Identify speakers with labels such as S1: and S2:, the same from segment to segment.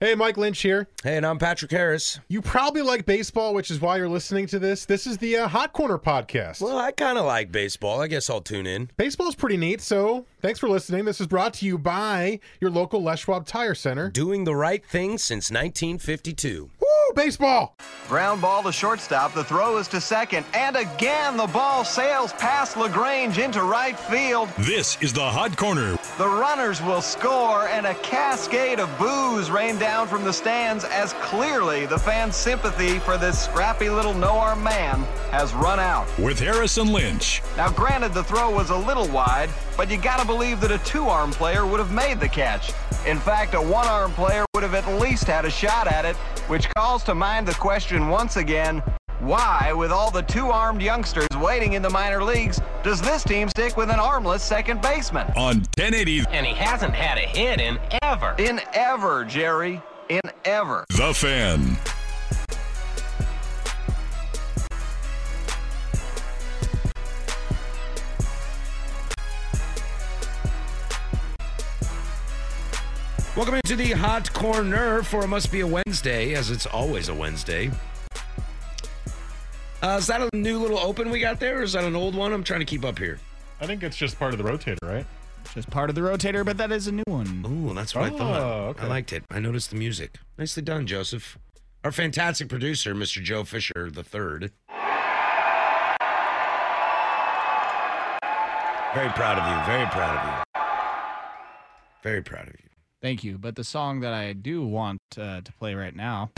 S1: Hey, Mike Lynch here.
S2: Hey, and I'm Patrick Harris.
S1: You probably like baseball, which is why you're listening to this. This is the uh, Hot Corner podcast.
S2: Well, I kind of like baseball. I guess I'll tune in.
S1: Baseball's pretty neat, so thanks for listening. This is brought to you by your local Les Schwab Tire Center.
S2: Doing the right thing since 1952.
S1: Woo, baseball!
S3: Ground ball to shortstop. The throw is to second. And again, the ball sails past LaGrange into right field.
S4: This is the Hot Corner.
S3: The runners will score, and a cascade of boos rain down from the stands as clearly the fans' sympathy for this scrappy little no arm man has run out.
S4: With Harrison Lynch.
S3: Now, granted, the throw was a little wide, but you gotta believe that a two arm player would have made the catch. In fact, a one arm player would have at least had a shot at it, which calls to mind the question once again why, with all the two armed youngsters waiting in the minor leagues, does this team stick with an armless second baseman?
S4: On 1080,
S5: And he hasn't had a hit in ever.
S3: In ever, Jerry. In ever.
S4: The Fan.
S2: Welcome into the Hot Corner for it must be a Wednesday, as it's always a Wednesday. Uh, is that a new little open we got there, or is that an old one? I'm trying to keep up here.
S1: I think it's just part of the rotator, right?
S6: Just part of the rotator, but that is a new one.
S2: Ooh, that's what I
S1: Oh,
S2: thought.
S1: okay.
S2: I liked it. I noticed the music. Nicely done, Joseph. Our fantastic producer, Mr. Joe Fisher the third. Very proud of you. Very proud of you. Very proud of you.
S6: Thank you. But the song that I do want uh, to play right now.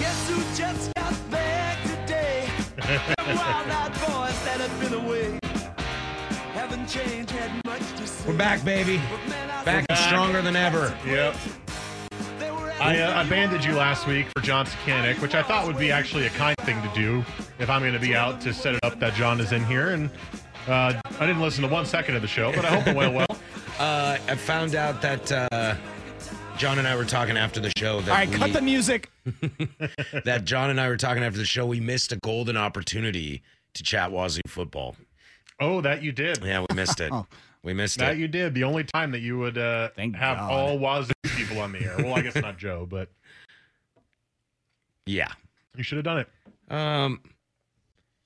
S2: We're back, baby. Back and stronger than ever.
S1: Yep. I, uh, I banded you last week for John Sakanik, which I thought would be actually a kind thing to do if I'm going to be out to set it up that John is in here. And uh, I didn't listen to one second of the show, but I hope it went well.
S2: Uh, I found out that uh, John and I were talking after the show that
S6: All right, cut
S2: we-
S6: the music.
S2: that John and I were talking after the show. We missed a golden opportunity to chat Wazoo football.
S1: Oh, that you did.
S2: Yeah, we missed it.
S6: Oh.
S2: We missed
S1: That
S2: it.
S1: you did. The only time that you would uh,
S6: Thank
S1: have
S6: God.
S1: all Wazoo people on the air. Well, I guess not Joe, but
S2: yeah.
S1: you should have done it.
S2: Um,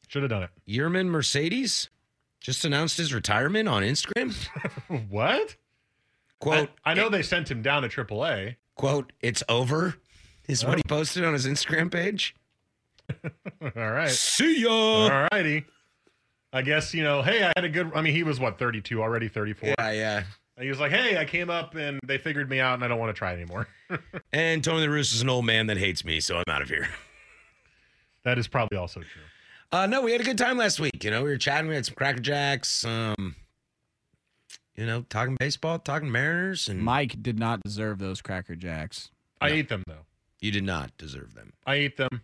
S1: Should have done it.
S2: Yerman Mercedes just announced his retirement on Instagram.
S1: What?
S2: Quote,
S1: I, I know
S2: "It-
S1: they sent him down to AAA.
S2: quote, it's over, is what he
S6: Oh.
S2: posted on his Instagram page.
S1: All right.
S2: See ya.
S1: All righty. I guess, you know, hey, I had a good I mean, he was what, 32 already, 34.
S2: Yeah, yeah.
S1: He was like, "Hey, I came up and they figured me out and I don't want to try anymore."
S2: And Tony the Roost is an old man that hates me, so I'm out of here.
S1: that is probably also true.
S2: Uh, no, we had a good time last week. You know, we were chatting. We had some Cracker Jacks. Um, you know, talking baseball, talking Mariners, and
S6: Mike did not deserve those Cracker Jacks.
S1: I ate them though.
S2: you did not deserve them.
S1: I ate them.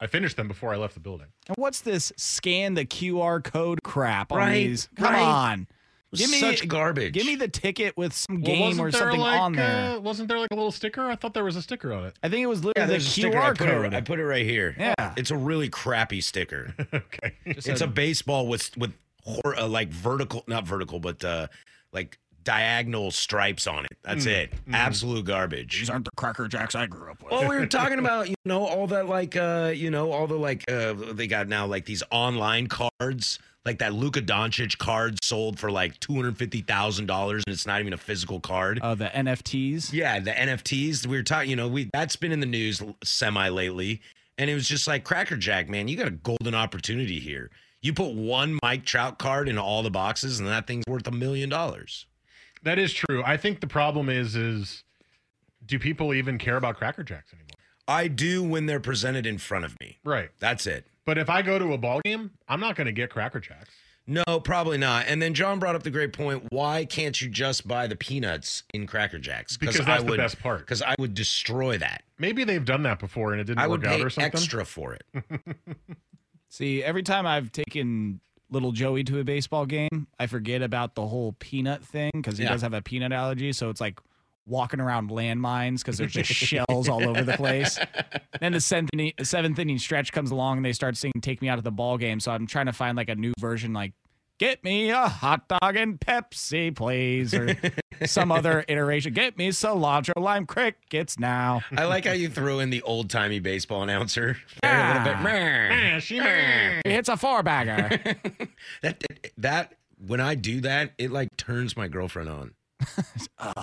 S1: I finished them before I left the building.
S6: And what's this scan the QR code crap on
S2: Right,
S6: these? Come
S2: right.
S6: on. Give me
S2: Such garbage.
S6: Give me the ticket with some
S1: Well,
S6: game
S1: wasn't
S6: or
S1: there,
S6: something
S1: like,
S6: on there.
S1: Uh, wasn't there like a little sticker? I thought there was a sticker on it.
S6: I think it was
S2: yeah,
S6: literally the
S2: there's a sticker. I
S6: QR
S2: put,
S6: code.
S2: it, I put it right here.
S6: Yeah.
S2: it's a really crappy sticker.
S1: okay.
S6: Just
S2: it's
S6: a-
S2: a baseball with with hor- uh, like vertical, not vertical, but uh, like diagonal stripes on it. That's it. Absolute garbage.
S6: These aren't the Cracker Jacks I grew up with.
S2: Well, we were talking about you know all that like uh you know all the like uh they got now like these online cards like that Luka Doncic card sold for like two hundred fifty thousand dollars, and it's not even a physical card.
S6: Uh, the NFTs.
S2: Yeah, the NFTs we were talking, you know, we that's been in the news l- semi lately, and it was just like crackerjack, man. You got a golden opportunity here. You put one Mike Trout card in all the boxes, and that thing's worth a million dollars.
S1: That is true. I think the problem is is do people even care about Cracker Jacks anymore?
S2: I do when they're presented in front of me.
S1: Right.
S2: That's it.
S1: But if I go to a ball game, I'm not going to get Cracker Jacks.
S2: No, probably not. And then John brought up the great point: Why can't you just buy the peanuts in Cracker Jacks?
S1: Because that's the best part.
S2: Because I would destroy that.
S1: Maybe they've done that before and it didn't
S2: I would
S1: work
S2: pay
S1: out or something.
S2: extra for it.
S6: See, every time I've taken little Joey to a baseball game, I forget about the whole peanut thing because he
S2: Yeah.
S6: does have a peanut allergy. So it's like walking around landmines because there's just shells all over the place. Then the seventh inning, seventh inning stretch comes along and they start singing "Take Me Out of the Ball Game." So I'm trying to find like a new version, like "Get me a hot dog and Pepsi, please," or some other iteration. Get me cilantro lime crickets now.
S2: I like how you throw in the old timey baseball announcer.
S6: Yeah.
S1: Eh,
S2: Meh.
S6: He hits a four bagger.
S2: that, that that- when I do that, it like turns my girlfriend on.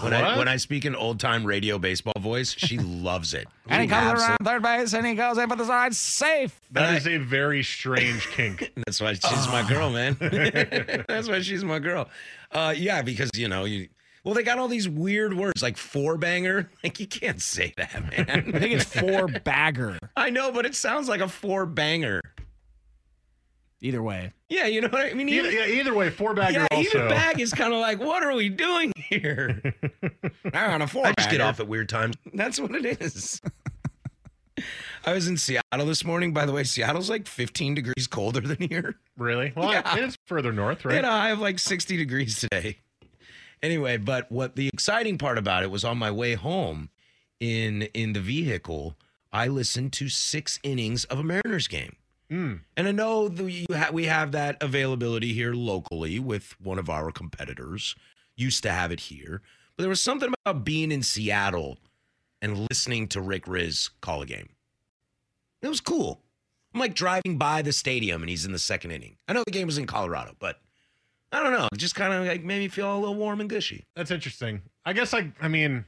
S2: when I
S1: What?
S2: when I speak in old time radio baseball voice, she loves it.
S6: And he
S2: She
S6: comes
S2: absolutely-
S6: around third base and he goes in for the side safe.
S1: That
S2: I-
S1: is a very strange kink.
S2: That's why she's my girl, man. That's why she's my girl. Uh, yeah, because you know you. Well, they got all these weird words like four banger. Like you can't say that, man.
S6: I think it's four bagger.
S2: I know, but it sounds like a four banger.
S6: Either way.
S2: Yeah, you know what I mean.
S1: either, yeah, either way, four bagger
S2: yeah,
S1: also.
S2: even bag is kind of like, what are we doing here? I'm on a four. I just get off at weird times. That's what it is. I was in Seattle this morning. By the way, Seattle's like 15 degrees colder than here.
S1: really? Well,
S2: Yeah.
S1: and it's further north,
S2: Right.
S1: right?
S2: Had a high of like 60 degrees today. Anyway, but what the exciting part about it was on my way home in in the vehicle, I listened to six innings of a Mariners game.
S1: Mm.
S2: And I know the, you ha- we have that availability here locally with one of our competitors. Used to have it here, but there was something about being in Seattle and listening to Rick Riz call a game. It was cool. I'm like driving by the stadium and he's in the second inning. I know the game was in Colorado, but I don't know. It just kind of like made me feel a little warm and gushy.
S1: That's interesting. I guess I I mean,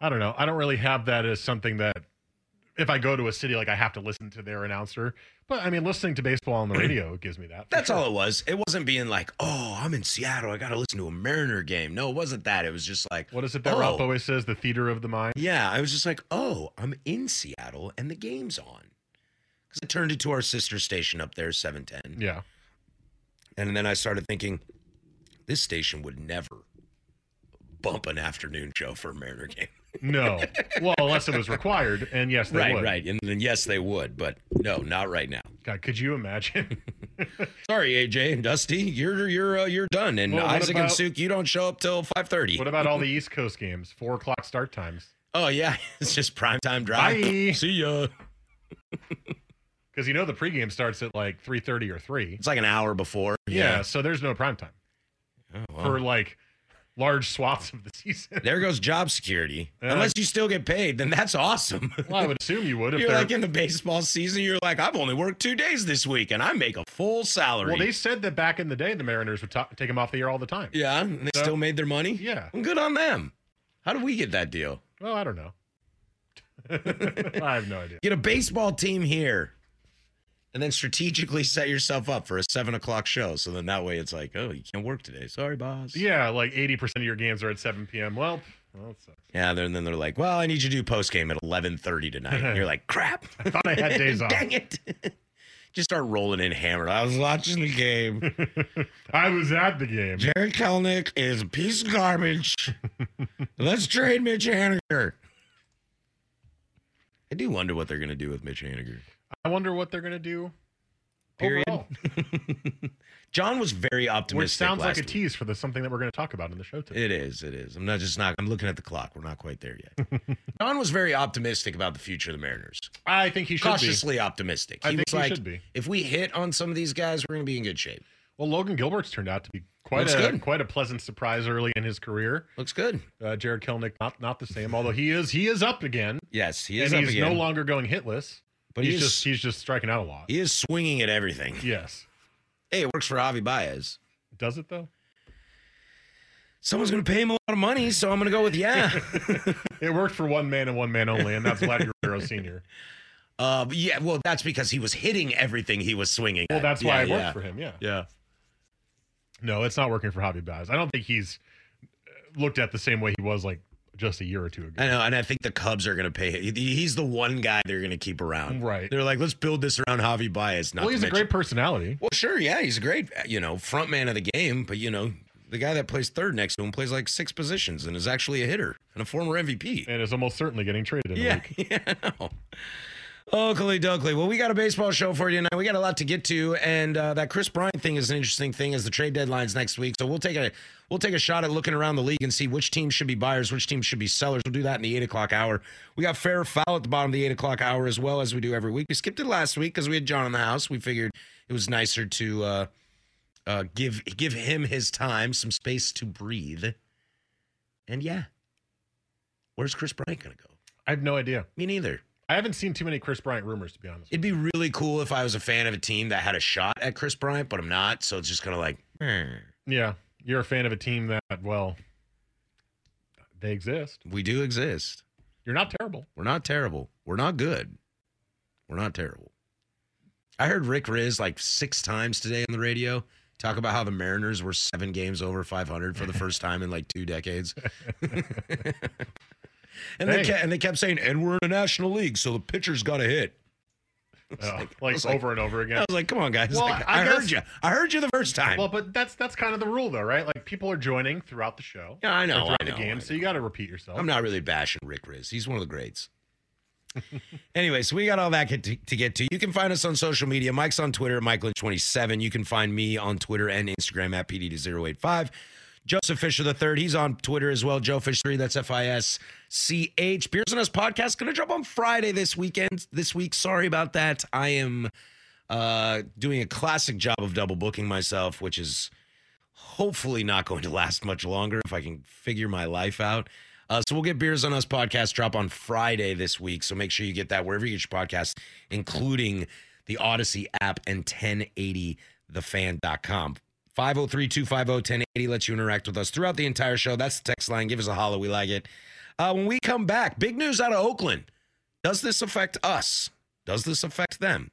S1: I don't know. I don't really have that as something that if I go to a city like I have to listen to their announcer. But I mean, listening to baseball on the radio gives me that. for
S2: That's
S1: sure.
S2: all it was. It wasn't being like, oh, I'm in Seattle. I got to listen to a Mariner game. No, it wasn't that. It was just like,
S1: What is it that
S2: oh.
S1: Ralph always says? The theater of the mind.
S2: Yeah, I was just like, oh, I'm in Seattle and the game's on. Because I turned it to our sister station up there, 710.
S1: Yeah.
S2: And then I started thinking, this station would never bump an afternoon show for a Mariner game.
S1: No. well, unless it was required, and yes, they
S2: right,
S1: would.
S2: right. And then, yes, they would, but no, not right now.
S1: God, could you imagine?
S2: Sorry, AJ and Dusty, you're you're uh, you're done. And
S1: Well, what
S2: Isaac and
S1: about-
S2: Suk, you don't show up till five thirty.
S1: what about all the East Coast games? Four o'clock start times.
S2: Oh yeah, it's just prime time drive.
S1: Bye.
S2: See ya.
S1: Because you know the pregame starts at like three thirty or three.
S2: It's like an hour before.
S1: Yeah. So there's no prime time
S2: Oh, well.
S1: for like large swaths of the season.
S2: There goes job security.
S1: Yeah.
S2: Unless you still get paid, then that's awesome.
S1: Well, I would assume you would if
S2: you're
S1: they're
S2: like in the baseball season, you're like, I've only worked two days this week and I make a full salary.
S1: Well, they said that back in the day, the Mariners would ta take him off the air all the time.
S2: yeah, and they
S1: So-
S2: still made their money.
S1: Yeah.
S2: Well, good on them. How do we get that deal?
S1: Well, I don't know. I have no idea.
S2: Get a baseball team here. And then strategically set yourself up for a seven o'clock show. So then that way it's like, oh, you can't work today. Sorry, boss.
S1: Yeah, like 80% of your games are at 7 p.m. Well, well that sucks.
S2: Yeah. Then, then they're like, well, I need you to do post game at eleven thirty tonight. And you're like, crap.
S1: I thought I had days off.
S2: Dang it. Just start rolling in hammered. I was watching the game.
S1: I was at the game.
S2: Jerry Kelnick is a piece of garbage. Let's trade Mitch Haniger. I do wonder what they're going to do with Mitch Haniger.
S1: I wonder what they're going to do.
S2: Period.
S1: Overall,
S2: John was very
S1: which
S2: optimistic.
S1: sounds like
S2: last
S1: a
S2: week.
S1: tease for the, something that we're going to talk about in the show today.
S2: It is. It is. I'm not just not. I'm looking at the clock. We're not quite there yet. John was very optimistic about the future of the Mariners.
S1: I think he should be.
S2: Cautiously optimistic.
S1: I think
S2: was
S1: he
S2: like,
S1: should be.
S2: if we hit on some of these guys, we're going to be in good shape.
S1: Well, Logan Gilbert's turned out to be quite
S2: Looks
S1: a
S2: good.
S1: quite a pleasant surprise early in his career.
S2: Looks good.
S1: Uh, Jared Kelnick not not the same, although he is he is up again,
S2: Yes, he is
S1: and
S2: up
S1: he's
S2: again.
S1: no longer going hitless.
S2: but
S1: he's
S2: he's
S1: just he's just striking out a lot.
S2: he is swinging at everything.
S1: yes.
S2: Hey, it works for Avi Baez.
S1: Does it though?
S2: Someone's going to pay him a lot of money, so I'm going to go with yeah.
S1: It worked for one man and one man only, and that's Vlad Guerrero Senior.
S2: uh, but yeah, well, that's because he was hitting everything he was swinging.
S1: Well,
S2: at.
S1: that's
S2: yeah,
S1: why it worked
S2: yeah.
S1: for him. Yeah.
S2: Yeah.
S1: No, it's not working for Hobby Bass. I don't think he's looked at the same way he was like just a year or two ago.
S2: I know, and I think the Cubs are going to pay. he- He's the one guy they're going to keep around.
S1: Right.
S2: They're like, let's build this around Javi Baez. Not
S1: Well,
S2: to
S1: he's a
S2: mention-
S1: great personality.
S2: Well, sure, yeah, he's a great, you know, front man of the game, but you know, the guy that plays third next to him plays like six positions and is actually a hitter and a former MVP.
S1: and is almost certainly getting traded in a
S2: Yeah,
S1: week.
S2: yeah. I know. Oakley Doakley. Well, we got a baseball show for you tonight. We got a lot to get to, and uh, that Chris Bryant thing is an interesting thing as the trade deadline's next week. So we'll take a we'll take a shot at looking around the league and see which teams should be buyers, which teams should be sellers. We'll do that in the eight o'clock hour. We got fair or foul at the bottom of the eight o'clock hour as well as we do every week. We skipped it last week because we had John in the house. We figured it was nicer to uh, uh, give give him his time, some space to breathe. And yeah, where's Chris Bryant gonna go?
S1: I have no idea.
S2: Me neither.
S1: I haven't seen too many Chris Bryant rumors, to be honest.
S2: It'd be really cool if I was a fan of a team that had a shot at Chris Bryant, but I'm not. So it's just kind of like, eh.
S1: Yeah, you're a fan of a team that, well, they exist.
S2: we do exist.
S1: You're not terrible.
S2: We're not terrible. We're not good. We're not terrible. I heard Rick Riz like six times today on the radio talk about how the Mariners were seven games over 500 for the first time in like two decades. and, they
S1: Hey.
S2: kept, and they kept saying, and we're in the National League, so the pitcher's got to hit.
S1: Uh, like
S2: was like-
S1: over and over
S2: I
S1: again.
S2: was like, come on, guys.
S1: Well,
S2: Like, I,
S1: I
S2: heard
S1: guess-
S2: you. I heard you the first time.
S1: Well, but that's that's kind of the rule, though, right? Like people are joining throughout the show.
S2: Yeah, I know,
S1: or Throughout
S2: I know,
S1: the game,
S2: I
S1: so you got to repeat yourself.
S2: I'm not really bashing Rick Riz. He's one of the greats. anyway, so we got all that to, to get to. You can find us on social media. Mike's on Twitter, MikeLynch27. You can find me on Twitter and Instagram at PD085. Joseph Fisher the third, he's on Twitter as well. Joe Fish three, that's F I S C H. Beers and Us podcast gonna drop on Friday this weekend. This week, sorry about that. I am uh doing a classic job of double booking myself, which is hopefully not going to last much longer if I can figure my life out. Uh, so we'll get Beers on Us podcast drop on Friday this week. So make sure you get that wherever you get your podcast, including the Odyssey app and 1080thefan.com. 503-250-1080 lets you interact with us throughout the entire show. That's the text line. Give us a holler. We like it. Uh, when we come back, big news out of Oakland. Does this affect us? Does this affect them?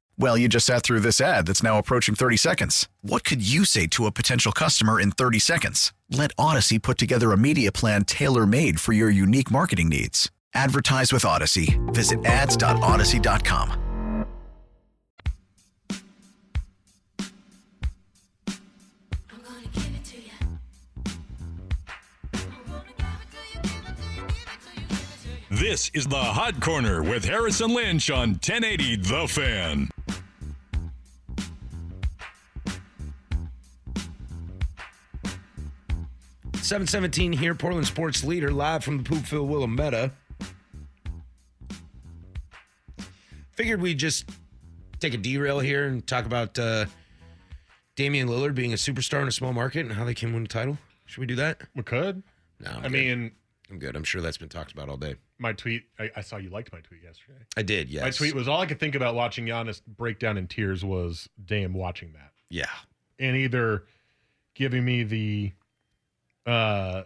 S7: Well, you just sat through this ad that's now approaching 30 seconds. What could you say to a potential customer in 30 seconds? Let Odyssey put together a media plan tailor made for your unique marketing needs. Advertise with Odyssey. Visit ads.odyssey.com.
S4: This is the Hot Corner with Harrison Lynch on 1080 The Fan.
S2: Seven seventeen here, Portland sports leader, live from the Poopville Willamette. Figured we'd just take a derail here and talk about uh, Damian Lillard being a superstar in a small market and how they can win a title. Should we do that?
S1: we could.
S2: No, I'm
S1: I
S2: good.
S1: mean,
S2: I'm good. I'm sure that's been talked about all day.
S1: my tweet. I, I saw you liked my tweet yesterday.
S2: I did. Yes.
S1: My tweet was all I could think about watching Giannis break down in tears was Dame watching that.
S2: Yeah.
S1: and either giving me the uh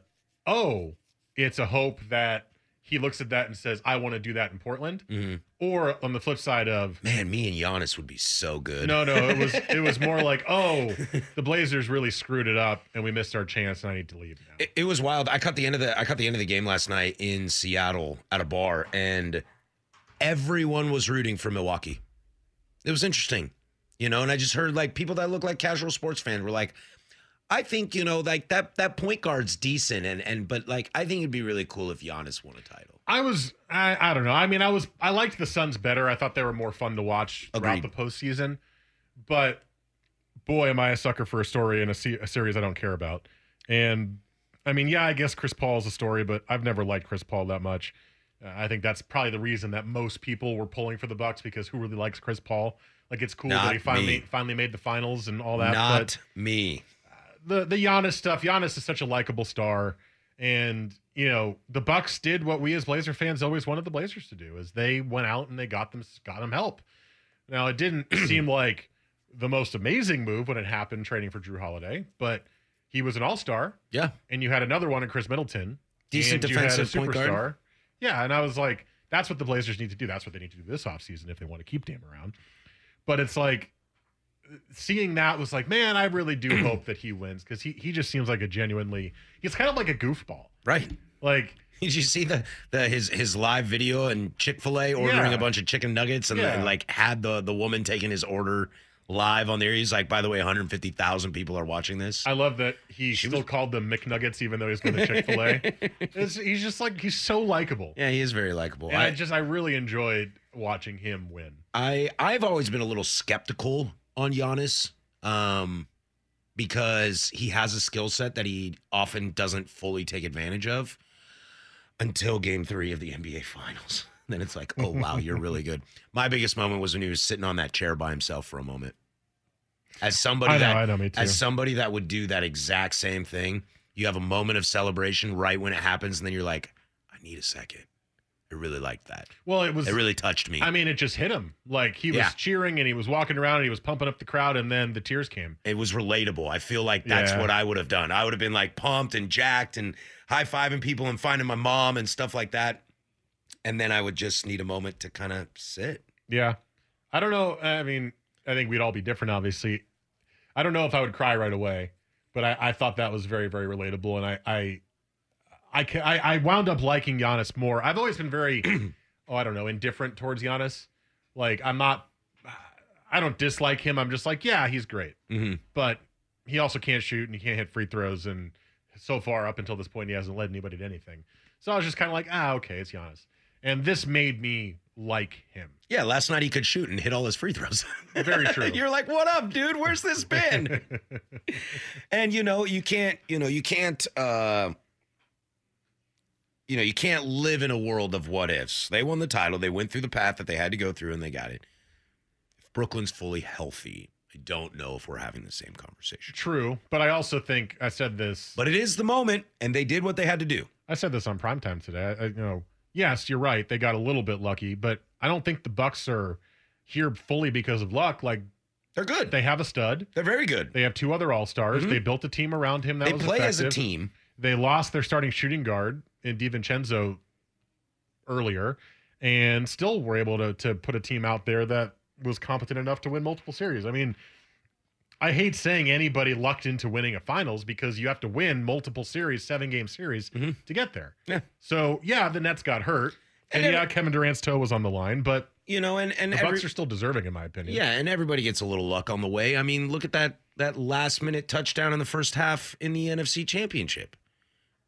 S1: oh it's a hope that he looks at that and says, I want to do that in Portland.
S2: Mhm.
S1: Or on the flip side of,
S2: Man, me and Giannis would be so good.
S1: no, no, it was it was more like, oh, the Blazers really screwed it up and we missed our chance and I need to leave now.
S2: It, it was wild. I caught the end of the I caught the end of the game last night in Seattle at a bar, and everyone was rooting for Milwaukee. It was interesting, you know. And I just heard like people that look like casual sports fans were like, "I think you know, like that that point guard's decent, and and but like I think it'd be really cool if Giannis won a title."
S1: I was I, I don't know. I mean, I was I liked the Suns better. I thought they were more fun to watch throughout
S2: Agreed.
S1: the postseason. But boy, am I a sucker for a story in a, se- a series I don't care about. And I mean, yeah, I guess Chris Paul's a story, but I've never liked Chris Paul that much. Uh, I think that's probably the reason that most people were pulling for the Bucks because who really likes Chris Paul? Like it's cool
S2: Not
S1: that he finally
S2: me.
S1: finally made the finals and all that.
S2: Not
S1: but-
S2: me.
S1: the the Giannis stuff. Giannis is such a likable star, and you know the Bucks did what we as Blazer fans always wanted the Blazers to do: is they went out and they got them got them help. Now it didn't seem like the most amazing move when it happened, trading for Drew Holiday, but he was an All Star,
S2: Yeah,
S1: and you had another one in Chris Middleton,
S2: decent
S1: and you had a
S2: defensive point guard.
S1: superstar. Yeah, and I was like, that's what the Blazers need to do. That's what they need to do this offseason if they want to keep Dame around. But it's like seeing that was like, man, I really do hope that he wins because he he just seems like a genuinely he's kind of like a goofball.
S2: Right?
S1: Like
S2: Did you see the, the his his live video and Chick Fil A ordering
S1: Yeah.
S2: a bunch of chicken nuggets and, then
S1: Yeah.
S2: like had the the woman taking his order live on there? He's like, by the way, 150,000 people are watching this.
S1: I love that he
S2: She
S1: still
S2: was-
S1: called them McNuggets even though he's going to Chick Fil A. He's just like he's so likable,
S2: yeah, he is very likable.
S1: and I,
S2: I,
S1: just I really enjoyed watching him win.
S2: I I've always been a little skeptical on Giannis, um, because he has a skill set that he often doesn't fully take advantage of until Game Three of the NBA Finals. Then it's like, oh wow, you're really good. My biggest moment was when he was sitting on that chair by himself for a moment. As somebody
S1: I know,
S2: that
S1: I know, me too.
S2: as somebody that would do that exact same thing, you have a moment of celebration right when it happens, and then you're like, I need a second. I really liked that.
S1: Well, it was
S2: It really touched me.
S1: I mean, it just hit him. Like he was
S2: Yeah.
S1: cheering and he was walking around and he was pumping up the crowd, and then the tears came.
S2: it was relatable. I feel like that's
S1: Yeah.
S2: what I would have done. I would have been like pumped and jacked and high fiving people and finding my mom and stuff like that. And then I would just need a moment to kind of sit.
S1: Yeah, I don't know. I mean, I think we'd all be different, obviously. I don't know if I would cry right away, but I, I thought that was very, very relatable, and I, I, I, ca- I, I wound up liking Giannis more. I've always been very, oh, I don't know, indifferent towards Giannis. Like I'm not, I don't dislike him. I'm just like, yeah, he's great,
S2: Mm-hmm.
S1: but he also can't shoot and he can't hit free throws, and so far up until this point, he hasn't led anybody to anything. So I was just kind of like, ah, okay, it's Giannis, and this made me like him.
S2: Yeah, last night he could shoot and hit all his free throws.
S1: Very true.
S2: You're like, what up, dude? Where's this been? and you know, you can't, you know, you can't, uh, you know, you can't live in a world of what ifs. They won the title. They went through the path that they had to go through, and they got it. If Brooklyn's fully healthy, I don't know if we're having the same conversation.
S1: True, but I also think I said this.
S2: But it is the moment, and they did what they had to do.
S1: I said this on primetime today. I, I- you know, yes, you're right. They got a little bit lucky, but I don't think the Bucks are here fully because of luck. Like
S2: They're good.
S1: they have a stud.
S2: They're very good.
S1: They have two other All Stars.
S2: Mhm.
S1: They built a team around him that
S2: They
S1: was
S2: play as a
S1: effective.
S2: team.
S1: They lost their starting shooting guard in Divincenzo earlier, and still were able to to put a team out there that was competent enough to win multiple series. I mean, I hate saying anybody lucked into winning a finals because you have to win multiple series, seven game series
S2: Mhm.
S1: to get there.
S2: Yeah.
S1: So yeah, the Nets got hurt, and,
S2: And every-
S1: yeah, Kevin Durant's toe was on the line, but
S2: You know, and and
S1: the
S2: every-
S1: Bucks are still deserving, in my opinion.
S2: Yeah, and everybody gets a little luck on the way. I mean, look at that that last minute touchdown in the first half in the NFC Championship.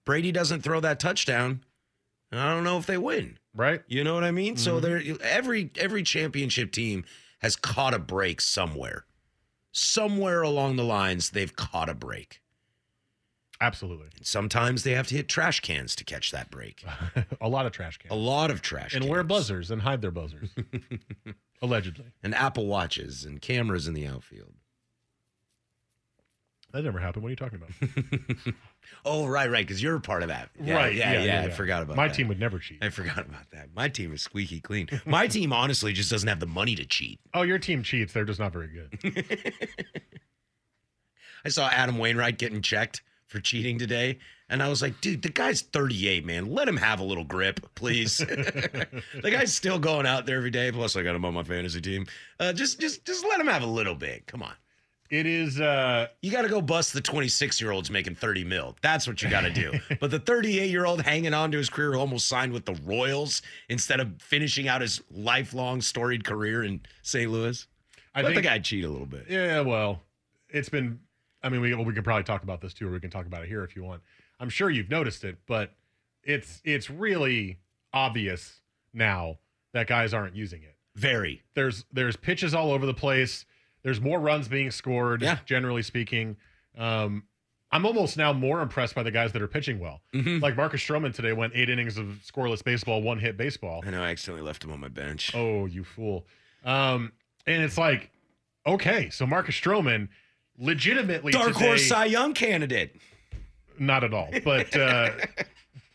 S2: Brady doesn't throw that touchdown. and I don't know if they win.
S1: Right.
S2: You know what I mean? So there every every championship team has caught a break somewhere. Somewhere along the lines they've caught a break.
S1: Absolutely.
S2: And sometimes they have to hit trash cans to catch that break.
S1: a lot of trash cans.
S2: A lot of trash
S1: and
S2: cans.
S1: wear buzzers and hide their buzzers. Allegedly.
S2: And Apple Watches and cameras in the outfield.
S1: That never happened. What are you talking about?
S2: oh, right, right, because you're a part of that. Yeah, Yeah, yeah. I forgot about
S1: My
S2: that.
S1: team would never cheat.
S2: I forgot about that. My team is squeaky clean. My team honestly just doesn't have the money to cheat.
S1: Oh, your team cheats. They're just not very good.
S2: I saw Adam Wainwright getting checked for cheating today. And I was like, dude, the guy's 38, man. Let him have a little grip, please. the guy's still going out there every day. Plus, I got him on my fantasy team. Uh, just, just, just let him have a little bit. Come on.
S1: It is. uh
S2: You got to go bust the 26 year olds making 30 mil. That's what you got to do. but the 38 year old hanging on to his career, who almost signed with the Royals instead of finishing out his lifelong storied career in St. Louis.
S1: I
S2: let
S1: think.
S2: the guy cheat a little bit.
S1: yeah. Well, it's been. I mean, we well, we can probably talk about this too, or we can talk about it here if you want. I'm sure you've noticed it, but it's it's really obvious now that guys aren't using it.
S2: Very.
S1: there's there's pitches all over the place. There's more runs being scored,
S2: Yeah.
S1: generally speaking. Um, I'm almost now more impressed by the guys that are pitching well.
S2: Mm-hmm.
S1: Like Marcus Stroman today went eight innings of scoreless baseball, one hit baseball.
S2: I know I accidentally left him on my bench.
S1: Oh, you fool! Um, and it's like, okay, so Marcus Stroman, legitimately
S2: Dark
S1: today-
S2: horse Cy Young candidate.
S1: not at all. But uh,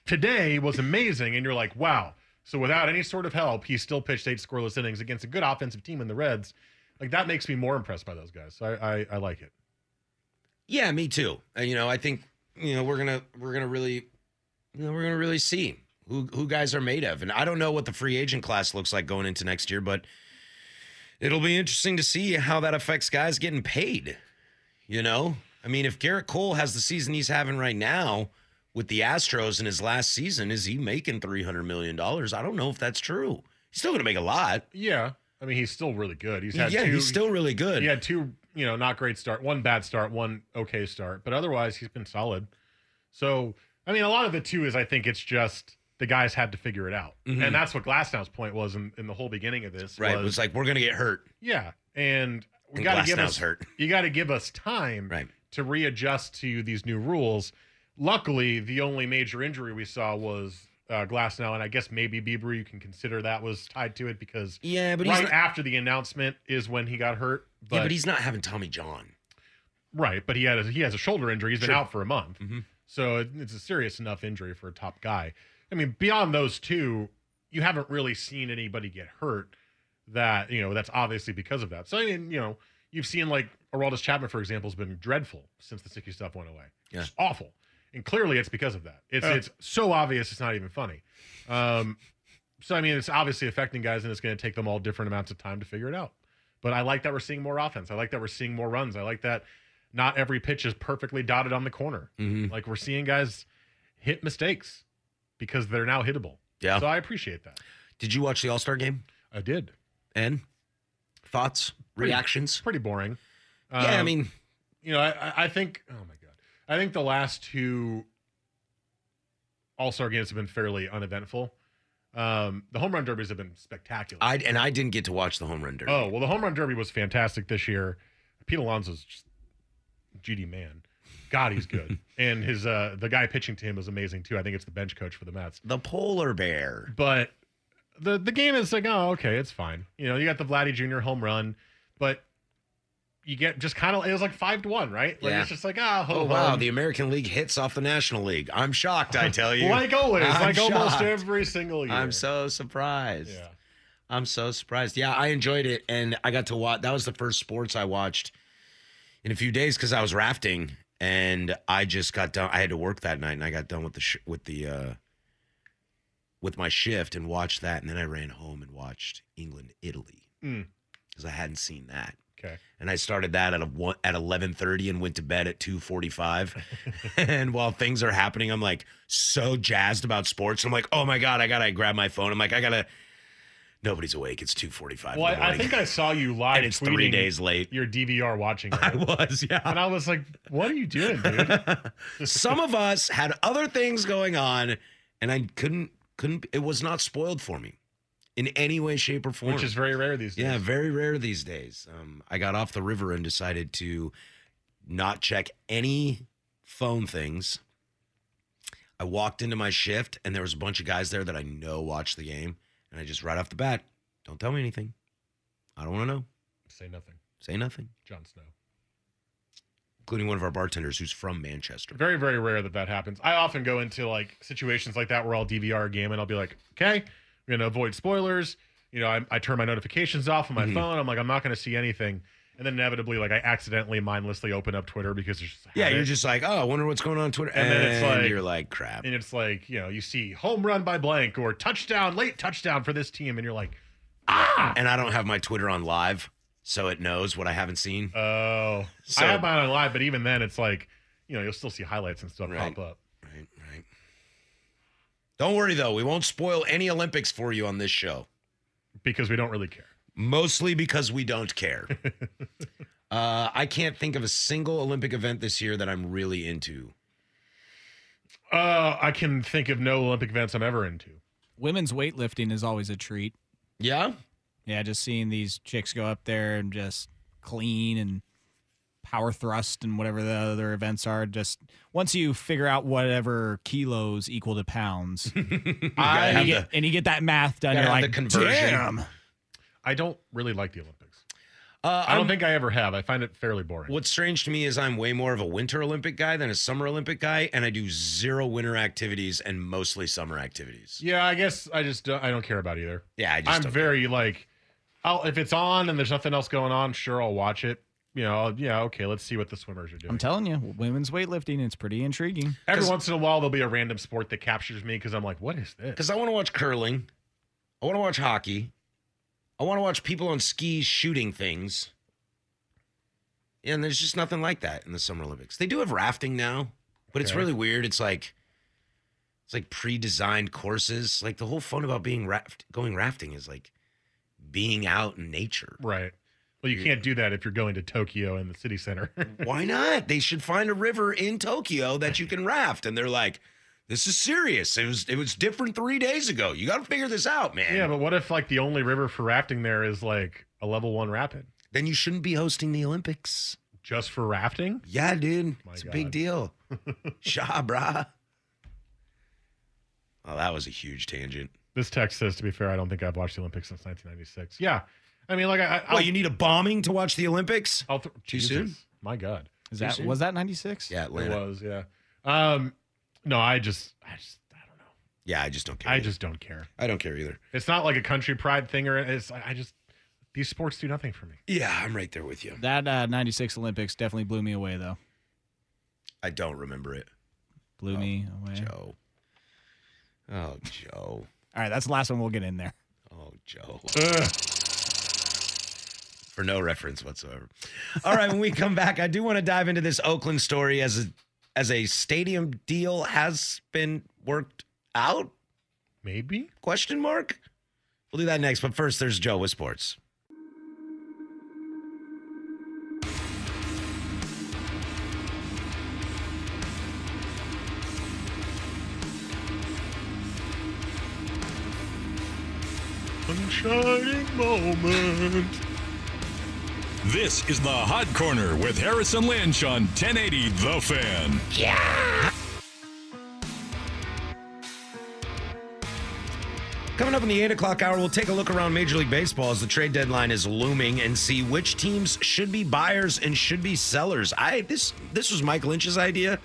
S1: today was amazing, and you're like, wow. So without any sort of help, he still pitched eight scoreless innings against a good offensive team in the Reds. Like that makes me more impressed by those guys. So I I, I like it.
S2: Yeah, me too. And you know, I think you know we're gonna we're gonna really you know, we're gonna really see who who guys are made of. And I don't know what the free agent class looks like going into next year, but it'll be interesting to see how that affects guys getting paid. You know, I mean, if Garrett Cole has the season he's having right now with the Astros in his last season, is he making three hundred million dollars? I don't know if that's true. He's still gonna make a lot.
S1: Yeah, I mean he's still really good. He's had
S2: Yeah,
S1: two,
S2: he's still really good.
S1: he had two you know not great start, one bad start, one okay start, but otherwise he's been solid. So I mean a lot of it too is I think it's just the guys had to figure it out,
S2: Mhm.
S1: and that's what Glassnow's point was in, in the whole beginning of this.
S2: right. It was like we're gonna get hurt.
S1: Yeah, and we
S2: And
S1: got to give
S2: Glasnow's
S1: us
S2: hurt.
S1: You got to give us time
S2: Right.
S1: to readjust to these new rules. Luckily, the only major injury we saw was uh, Glass now, and I guess maybe Bieber. You can consider that was tied to it because
S2: Yeah, but he's
S1: right
S2: not,
S1: after the announcement is when he got hurt. But,
S2: yeah, but he's not having Tommy John.
S1: right, but he had a, he has a shoulder injury. He's been
S2: Sure.
S1: out for a month,
S2: Mhm.
S1: so it, it's a serious enough injury for a top guy. I mean, beyond those two, you haven't really seen anybody get hurt that you know that's obviously because of that. So I mean, you know, you've seen like Araldus Chapman, for example, has been dreadful since the sticky stuff went away.
S2: Yeah.
S1: It's awful, and clearly it's because of that. It's
S2: Yeah.
S1: it's so obvious it's not even funny. Um, so I mean, it's obviously affecting guys, and it's going to take them all different amounts of time to figure it out. But I like that we're seeing more offense. I like that we're seeing more runs. I like that not every pitch is perfectly dotted on the corner.
S2: Mm-hmm.
S1: Like we're seeing guys hit mistakes because they're now hittable.
S2: Yeah.
S1: So I appreciate that.
S2: Did you watch the All Star game?
S1: I did.
S2: And thoughts,
S1: It's
S2: reactions?
S1: pretty boring.
S2: yeah, I
S1: Um,
S2: mean,
S1: you know, I, I- I think, oh my God, I think the last two All Star games have been fairly uneventful. Um, the home run derbies have been spectacular.
S2: I and I didn't get to watch the home run derby.
S1: oh, well, the home run derby was fantastic this year. Pete Alonso's just GD man. God, he's good. and his, uh, the guy pitching to him is amazing too. I think it's the bench coach for the Mets.
S2: the polar bear.
S1: but the the game is like, oh, okay, it's fine. You know, you got the Vladdy Jr. home run, but you get just kind of it was like five to one, right? Like
S2: Yeah.
S1: it's just like ah, ho,
S2: Oh wow,
S1: hum.
S2: the American League hits off the National League. I'm shocked. I tell you,
S1: like always,
S2: I'm
S1: like almost
S2: shocked.
S1: every single year.
S2: I'm so surprised.
S1: yeah.
S2: I'm so surprised. Yeah, I enjoyed it, and I got to watch. That was the first sports I watched in a few days because I was rafting, and I just got done. I had to work that night, and I got done with the sh- with the uh, with my shift and watched that, and then I ran home and watched England Italy
S1: Mm.
S2: because I hadn't seen that.
S1: Okay.
S2: And I started that at a one, at eleven thirty and went to bed at two forty five. and while things are happening, I'm like so jazzed about sports. I'm like, oh my god, I gotta grab my phone. I'm like, I gotta. Nobody's awake. It's two forty five.
S1: Well, I, I think I saw you live
S2: and it's
S1: tweeting
S2: three days late.
S1: your DVR watching,
S2: I
S1: it.
S2: was, yeah.
S1: and I was like, what are you doing, dude?
S2: Some of us had other things going on, and I couldn't couldn't. It was not spoiled for me in any way, shape, or form.
S1: Which is very rare these days.
S2: Yeah, very rare these days. Um, I got off the river and decided to not check any phone things. I walked into my shift and there was a bunch of guys there that I know watched the game, and I just right off the bat, don't tell me anything. I don't want to know.
S1: Say nothing,
S2: Say nothing.
S1: Jon Snow.
S2: Including one of our bartenders who's from Manchester.
S1: Very, very rare that that happens. I often go into like situations like that where I'll DVR a game and I'll be like, okay,
S2: Mm-hmm.
S1: we're going to avoid spoilers. You know, I, I turn my notifications off on my phone. I'm like, I'm not going to see anything. And and then inevitably, like I accidentally mindlessly open up Twitter because there's just a
S2: Yeah,
S1: habit.
S2: you're just like, oh, I wonder what's going on, on Twitter,
S1: And then it's like-
S2: you're like, crap.
S1: and it's like you know you see home run by blank or touchdown late touchdown for this team, and you're like,
S2: And I don't have my Twitter on live, so it knows what I haven't seen.
S1: oh,
S2: So-
S1: I have mine on live, but even then, it's like you know you'll still see highlights and stuff
S2: Right.
S1: pop up.
S2: Right, right. Don't worry though, we won't spoil any Olympics for you on this show.
S1: because we don't really care.
S2: mostly because we don't care. uh, I can't think of a single Olympic event this year that I'm really into.
S1: Uh, I can think of no Olympic events I'm ever into.
S6: Women's weightlifting is always a treat.
S2: Yeah,
S6: Yeah, just seeing these chicks go up there and just clean and power thrust and whatever the other events are. Just once you figure out whatever kilos equal to pounds, and,
S2: have
S6: you get,
S2: the-
S6: and you get that math done,
S2: gotta
S6: you're
S2: have
S6: like,
S2: the conversion.
S6: damn.
S1: I don't really like the Olympics.
S2: uh,
S1: I don't
S2: I'm-
S1: think I ever have. I find it fairly boring.
S2: What's strange to me is I'm way more of a Winter Olympic guy than a Summer Olympic guy, and I do zero winter activities and mostly summer activities.
S1: Yeah, I guess I just don't, I don't care about either.
S2: Yeah, I just
S1: I'm
S2: don't
S1: very like, I'll if it's on and there's nothing else going on, sure I'll watch it. You know, I'll- yeah, okay, let's see what the swimmers are doing.
S6: I'm telling you, women's weightlifting, it's pretty intriguing.
S1: Every
S2: 'cause-
S1: once in a while, there'll be a random sport that captures me because I'm like, what is this?
S2: because I want to watch curling, I want to watch hockey, I want to watch people on skis shooting things. And there's just nothing like that in the Summer Olympics. They do have rafting now, but it's
S1: Okay.
S2: really weird. It's like it's like pre-designed courses. Like the whole fun about being raft going rafting is like being out in nature.
S1: Right. Well, you can't do that if you're going to Tokyo and the city center.
S2: Why not? They should find a river in Tokyo that you can raft. And they're like, this is serious. It was it was different three days ago. You gotta figure this out, man.
S1: yeah, but what if like the only river for rafting there is like a level one rapid
S2: then you shouldn't be hosting the Olympics.
S1: just for rafting?
S2: Yeah, dude.
S1: My
S2: it's a big
S1: God.
S2: deal. Shah, brah. Well, that was a huge tangent.
S1: This text says, to be fair, I don't think I've watched the Olympics since 1996. Yeah. I mean, like, I. I- I'll,
S2: Well, you need a bombing to watch the Olympics?
S1: I'll th-
S2: Too
S1: Jesus.
S2: soon?
S1: My God.
S6: Is
S2: You
S6: that
S2: see?
S6: was that 96?
S2: Yeah,
S1: It
S2: Atlanta.
S1: was, yeah. Um, no, I just, I just, I don't know.
S2: Yeah, I just don't care.
S1: I
S2: either.
S1: just don't care.
S2: I don't care either.
S1: It's not like a country pride thing or it's, I I just, these sports do nothing for me.
S2: Yeah, I'm right there with you.
S6: That uh, 96 Olympics definitely blew me away though.
S2: I don't remember it,
S6: Blew
S2: Oh,
S6: me away.
S2: Joe. Oh, Joe.
S6: All right, that's the last one we'll get in there.
S2: Oh, Joe.
S1: Ugh.
S2: for no reference whatsoever. All right, when we come back, I do want to dive into this Oakland story as a as a stadium deal has been worked out.
S1: Maybe?
S2: Question mark? We'll do that next, but first there's Joe with sports.
S1: One shining moment.
S4: This is the Hot Corner with Harrison Lynch on 1080 The Fan.
S2: Coming up in the eight o'clock hour, we'll take a look around Major League Baseball as the trade deadline is looming and see which teams should be buyers and should be sellers. I this this was Mike Lynch's idea.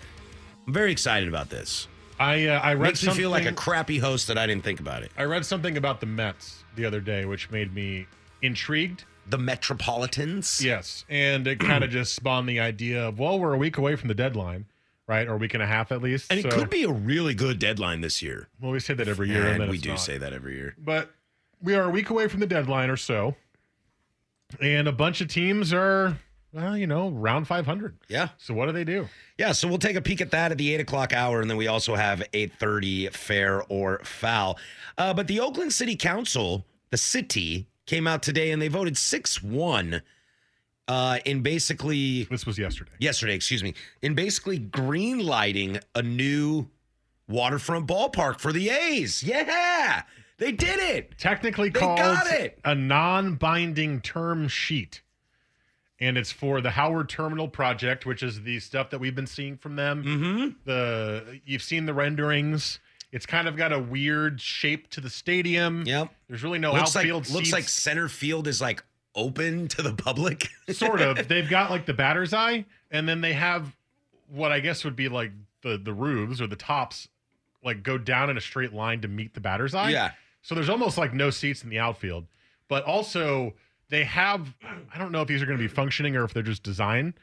S2: I'm very excited about this.
S1: I, uh, I read
S2: Makes me
S1: something.
S2: feel like a crappy host that I didn't think about it.
S1: I read something about the Mets the other day, which made me intrigued.
S2: The Metropolitans.
S1: Yes, and it kind of just spawned the idea of well, we're a week away from the deadline, right, or a week and a half at least.
S2: And it
S1: so-
S2: could be a really good deadline this year.
S1: Well, we say that every year, and,
S2: and
S1: then
S2: we
S1: it's
S2: do
S1: not.
S2: say that every year.
S1: But we are a week away from the deadline or so, and a bunch of teams are, well, you know, round five hundred.
S2: Yeah.
S1: So what do they do?
S2: Yeah. So we'll take a peek at that at the eight o'clock hour, and then we also have eight thirty fair or foul. Uh, but the Oakland City Council, the city, came out today and they voted six one uh, in basically
S1: This was yesterday.
S2: yesterday. Excuse me, in basically green lighting a new waterfront ballpark for the A's. Yeah, they did it.
S1: Technically
S2: They
S1: called
S2: got it!
S1: a non-binding term sheet, and it's for the Howard Terminal project, which is the stuff that we've been seeing from them.
S2: Mm-hmm.
S1: the you've seen the renderings. It's kind of got a weird shape to the stadium.
S2: Yep.
S1: There's really no
S2: looks like
S1: outfield
S2: looks like
S1: seats.
S2: center field is like open to the public.
S1: sort of. They've got like the batter's eye, and then they have what I guess would be like the the roofs or the tops, like go down in a straight line to meet the batter's eye.
S2: yeah.
S1: So there's almost like no seats in the outfield, but also they have I don't know if these are going to be functioning or if they're just design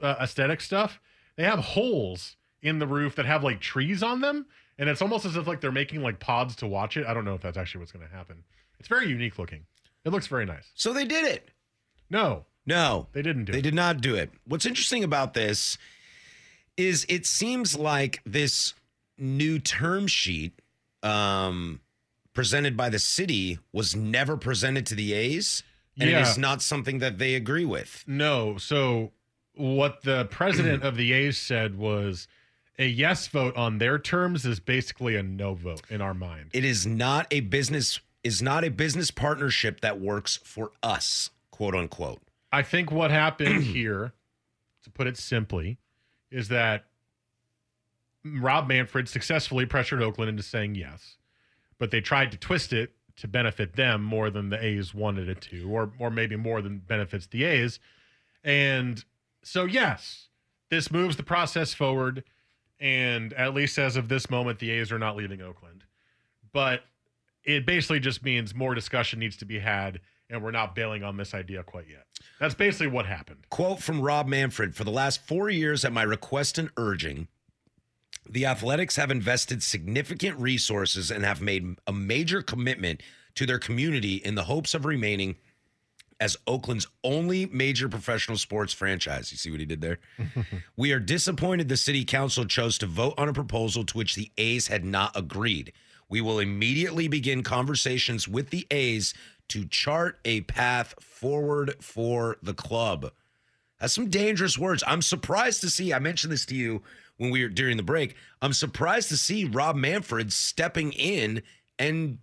S1: uh, aesthetic stuff. They have holes in the roof that have like trees on them, and it's almost as if like they're making like pods to watch it. I don't know if that's actually what's going to happen. It's very unique looking. It looks very nice.
S2: So they did it.
S1: No,
S2: No,
S1: they didn't do
S2: They
S1: it.
S2: did not do it. What's interesting about this is it seems like this new term sheet um, presented by the city was never presented to the A's, and it
S1: Yeah.
S2: is not something that they agree with.
S1: No. So what the president of the A's said was a yes vote on their terms is basically a no vote in our mind.
S2: It is not a business is not a business partnership that works for us, quote unquote.
S1: I think what happened here, to put it simply, is that Rob Manfred successfully pressured Oakland into saying yes, but they tried to twist it to benefit them more than the A's wanted it to, or or maybe more than benefits the A's. And so yes, this moves the process forward, and at least as of this moment, the A's are not leaving Oakland. But it basically just means more discussion needs to be had, and we're not bailing on this idea quite yet. That's basically what happened.
S2: Quote from Rob Manfred For the last four years, at my request and urging, the athletics have invested significant resources and have made a major commitment to their community in the hopes of remaining as Oakland's only major professional sports franchise. You see what he did there? we are disappointed the city council chose to vote on a proposal to which the A's had not agreed. We will immediately begin conversations with the A's to chart a path forward for the club. That's some dangerous words. I'm surprised to see. I mentioned this to you when we were during the break. I'm surprised to see Rob Manfred stepping in and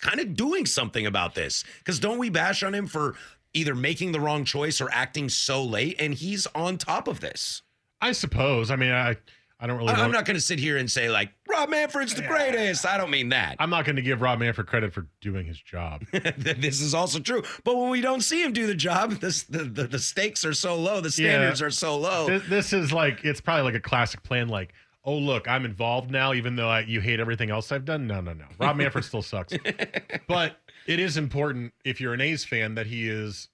S2: kind of doing something about this. Because don't we bash on him for either making the wrong choice or acting so late? And he's on top of this.
S1: I suppose. I mean, I I don't really.
S2: I-
S1: know.
S2: I'm not going to sit here and say like Rob Manfred's the greatest. I don't mean that.
S1: I'm not going to give Rob Manfred credit for doing his job.
S2: this is also true. But when we don't see him do the job, this, the, the the stakes are so low, the standards are so low.
S1: this, this is like it's probably like a classic plan. Like, oh look, I'm involved now, even though I, you hate everything else I've done. No, no, no. Rob Manfred still sucks, but it is important if you're an A's fan that he is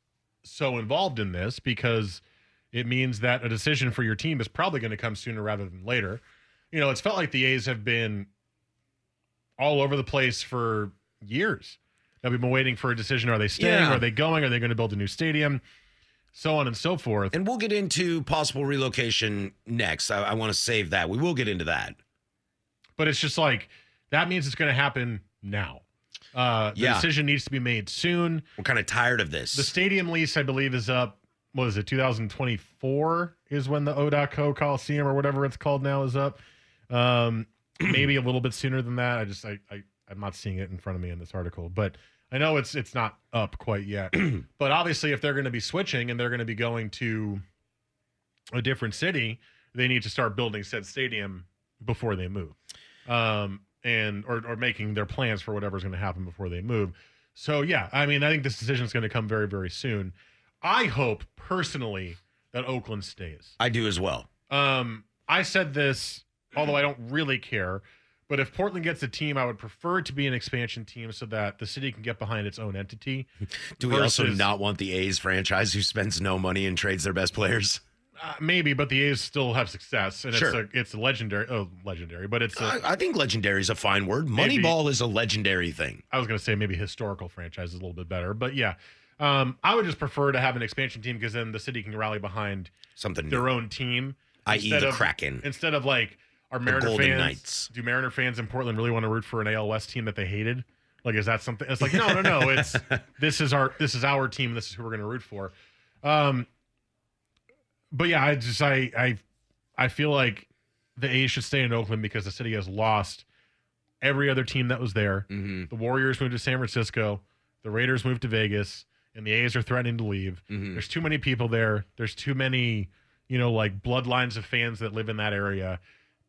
S1: so involved in this because it means that a decision for your team is probably going to come sooner rather than later. You know, it's felt like the A's have been all over the place for years. Now we've been waiting for a decision. Are they staying?
S2: Yeah.
S1: Are they going? Are they going to build a new stadium? So on and so forth.
S2: And we'll get into possible relocation next. I, I want to save that. We will get into that.
S1: but it's just like that means it's going to happen now. Uh, the
S2: Yeah.
S1: decision needs to be made soon.
S2: We're kind of tired of this.
S1: The stadium lease, I believe, is up. What is it? 2024 is when the Odaco Coliseum or whatever it's called now is up. Um, maybe a little bit sooner than that. I just I, I I'm not seeing it in front of me in this article, but I know it's it's not up quite yet. but obviously, if they're going to be switching and they're going to be going to a different city, they need to start building said stadium before they move, um, and or or making their plans for whatever's going to happen before they move. So yeah, I mean, I think this decision is going to come very very soon. I hope personally that Oakland stays.
S2: I do as well.
S1: Um, I said this, although I don't really care, but if Portland gets a team, I would prefer it to be an expansion team so that the city can get behind its own entity. Uh,
S2: Do we also
S1: Versus-
S2: not want the A's franchise who spends no money and trades their best players?
S1: Uh, maybe, but the A's still have success, and
S2: Sure.
S1: it's a it's a legendary. Oh, legendary, but it's a I
S2: I, I think legendary is a fine word.
S1: Maybe.
S2: Moneyball is a legendary thing.
S1: was going to say maybe historical franchise is a little bit better, but yeah. Um, I would just prefer to have an expansion team because then the city can rally behind
S2: Something
S1: their own team,
S2: I.e.
S1: instead
S2: e, the
S1: of-
S2: Kraken.
S1: Instead of like, are Mariner
S2: Golden
S1: fans?
S2: Knights.
S1: Do Mariner fans in Portland really want to root for an AL West team that they hated? Like, is that something? It's like, no, no, no. It's this is our this is our team. This is who we're going to root for. Um, but yeah, I just I I I feel like the A's should stay in Oakland because the city has lost every other team that was there.
S2: Mhm.
S1: The Warriors moved to San Francisco. The Raiders moved to Vegas, and the A's are threatening to leave.
S2: Mm-hmm.
S1: There's too many people there. There's too many, you know, like bloodlines of fans that live in that area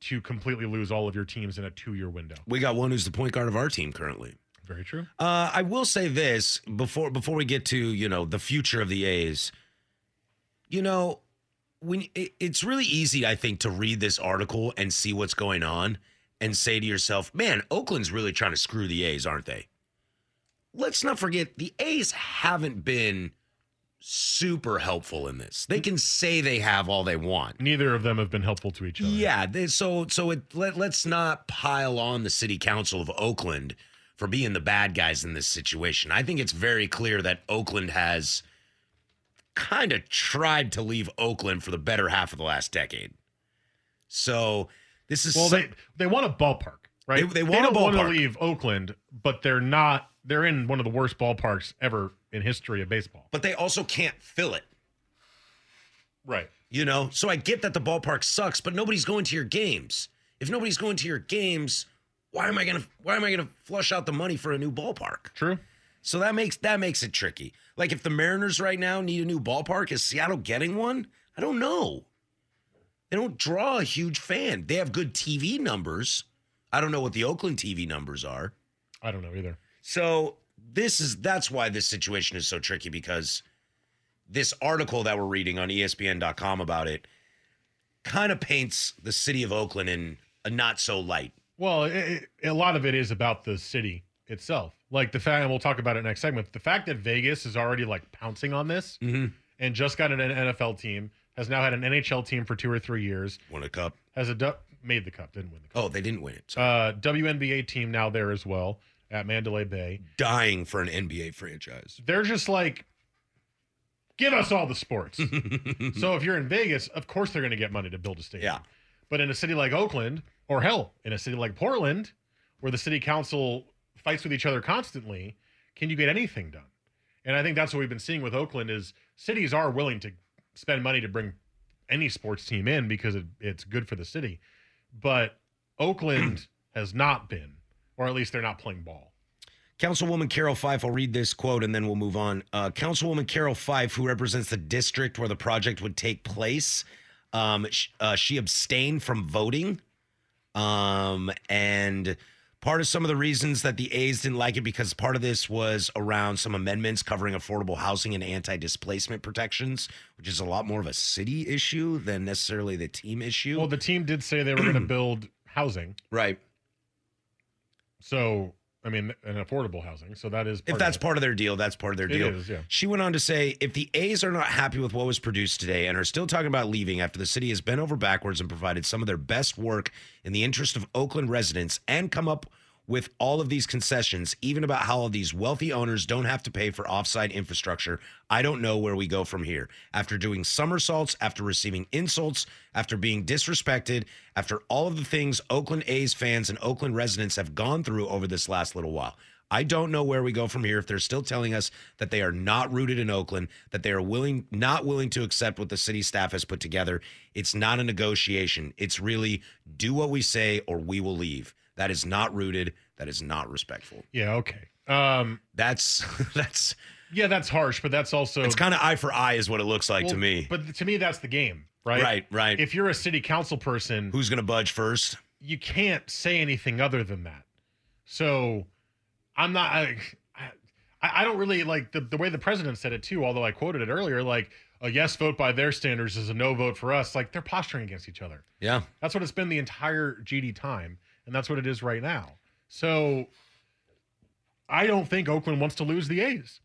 S1: to completely lose all of your teams in a two-year window.
S2: We got one who's the point guard of our team currently.
S1: Very true.
S2: Uh, I will say this before before we get to you know the future of the A's. You know, when it, it's really easy, I think, to read this article and see what's going on and say to yourself, "Man, Oakland's really trying to screw the A's, aren't they?" let's not forget the A's haven't been super helpful in this. They can say they have all they want.
S1: Neither of them have been helpful to each other.
S2: Yeah, they, so so it let, let's not pile on the city council of Oakland for being the bad guys in this situation. I think it's very clear that Oakland has kind of tried to leave Oakland for the better half of the last decade. So this is
S1: Well,
S2: so-
S1: they they want a ballpark, right?
S2: They- they want a
S1: don't want to
S2: ballpark.
S1: leave Oakland, but they're not. They're in one of the worst ballparks ever in history of baseball.
S2: but they also can't fill it.
S1: Right.
S2: You know, so I get that the ballpark sucks, but nobody's going to your games. If nobody's going to your games, why am I gonna why am I gonna flush out the money for a new ballpark?
S1: True.
S2: So that makes that makes it tricky. Like if the Mariners right now need a new ballpark, is Seattle getting one? I don't know. They don't draw a huge fan. They have good TV numbers. I don't know what the Oakland TV numbers are.
S1: I don't know either.
S2: So this is that's why this situation is so tricky because this article that we're reading on E ESPN.com about it kind of paints the city of Oakland in a not so light.
S1: Well, it, it, a lot of it is about the city itself. Like the fact, and we'll talk about it next segment. The fact that Vegas is already like pouncing on this
S2: Mhm.
S1: and just got an NFL team, has now had an NHL team for two or three years,
S2: Won a cup.
S1: has a du- made the cup, didn't win the cup.
S2: Oh, they didn't win it. So
S1: Uh, WNBA team now there as well at Mandalay Bay.
S2: dying for an NBA franchise.
S1: They're just like, give us all the sports. so if you're in Vegas, of course they're going to get money to build a stadium.
S2: Yeah.
S1: But in a city like Oakland, or hell, in a city like Portland, where the city council fights with each other constantly, can you get anything done? And I think that's what we've been seeing with Oakland is cities are willing to spend money to bring any sports team in because it, it's good for the city. But Oakland has not been, or at least they're not playing ball.
S2: Councilwoman Carol Fife, I'll read this quote and then we'll move on. Uh, Councilwoman Carol Fife, who represents the district where the project would take place, um, sh- uh, she abstained from voting. Um, and part of some of the reasons that the A's didn't like it because part of this was around some amendments covering affordable housing and anti displacement protections, which is a lot more of a city issue than necessarily the team issue.
S1: Well, the team did say they were going to build housing.
S2: right.
S1: So, I mean, an affordable housing. So that is
S2: If
S1: of
S2: that's
S1: it.
S2: part of their deal, that's part of their
S1: It
S2: deal.
S1: is, yeah.
S2: She went on to say if the A's are not happy with what was produced today and are still talking about leaving after the city has bent over backwards and provided some of their best work in the interest of Oakland residents and come up with all of these concessions, even about how these wealthy owners don't have to pay for offsite infrastructure, I don't know where we go from here. After doing somersaults, after receiving insults, after being disrespected, after all of the things Oakland A's fans and Oakland residents have gone through over this last little while. I don't know where we go from here if they're still telling us that they are not rooted in Oakland, that they are willing not willing to accept what the city staff has put together. It's not a negotiation. It's really do what we say or we will leave. That is not rooted. That is not respectful.
S1: Yeah. Okay. Um,
S2: That's that's
S1: yeah, that's harsh, but that's also
S2: it's kind of eye for eye is what it looks like to
S1: Well,
S2: me.
S1: But to me, that's the game, right?
S2: Right, right.
S1: If you're a city council person,
S2: Who's gonna budge first?
S1: you can't say anything other than that. So, I'm not. I, I, I don't really like the the way the president said it too. Although I quoted it earlier, like a yes vote by their standards is a no vote for us. Like they're posturing against each other.
S2: Yeah.
S1: That's what it's been the entire GD time, and that's what it is right now. So, I don't think Oakland wants to lose the A's.